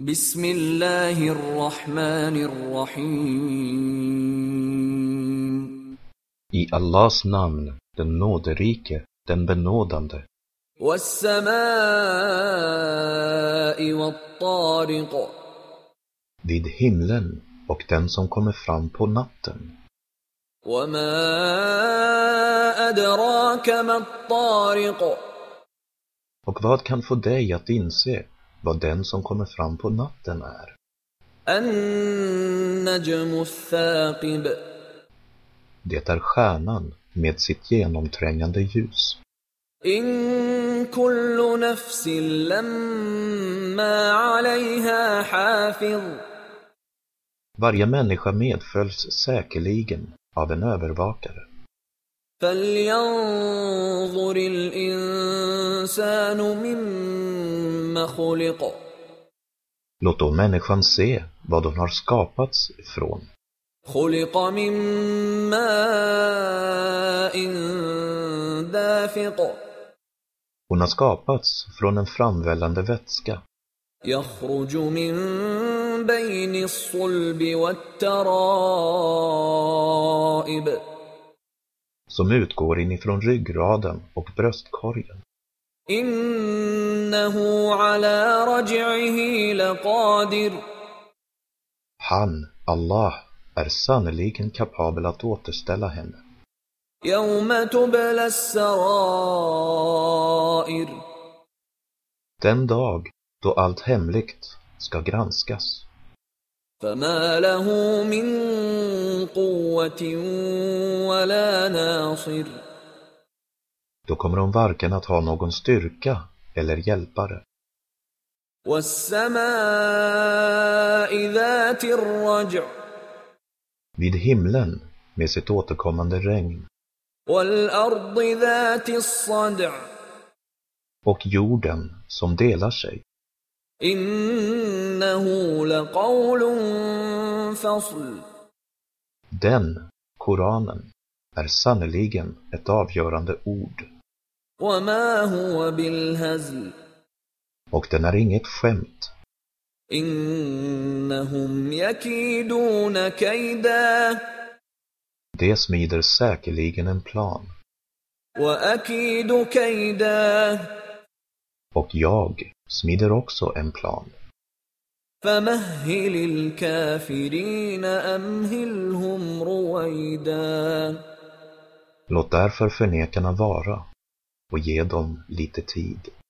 بسم الله الرحمن الرحيم I Allahs namn, den nåderike, den benådande, والسماء والطارق vid himlen och den som kommer fram på natten. وما أدراك ما الطارق Och vad kan få dig att inse vad den som kommer fram på natten är? النجم الثاقب Det är stjärnan med sitt genomträngande ljus. إن كل نفس لما عليها حافظ Varje människa medföljs säkerligen av en övervakare. فلينظر الإنسان مما خلق Låt då människan se vad hon har skapats ifrån. خلق من ماء دافق Hon har skapats från en framvällande vätska يخرج من بين الصلب والترائب som utgår inifrån ryggraden och bröstkorgen. إنه على رجعه لقادر Han, Allah, är sannerligen kapabel att återställa henne. يوم تبلى السرائر Den dag då allt hemligt ska granskas. فما له من قوة ولا ناصر Då kommer hon varken att ha någon styrka eller hjälpare. والسماء ذات الرجع Vid himlen med sitt återkommande regn والأرض ذات الصدع och jorden som delar sig. إنه لقول فصل Den, Koranen, är sannerligen ett avgörande ord وما هو بالهزل och den är inget skämt. إنهم يكيدون كيدا Det smider säkerligen en plan وأكيد كيدا och jag smider också en plan. فمهل الكافرين أمهلهم رويدا Låt därför förnekarna vara och ge dem lite tid.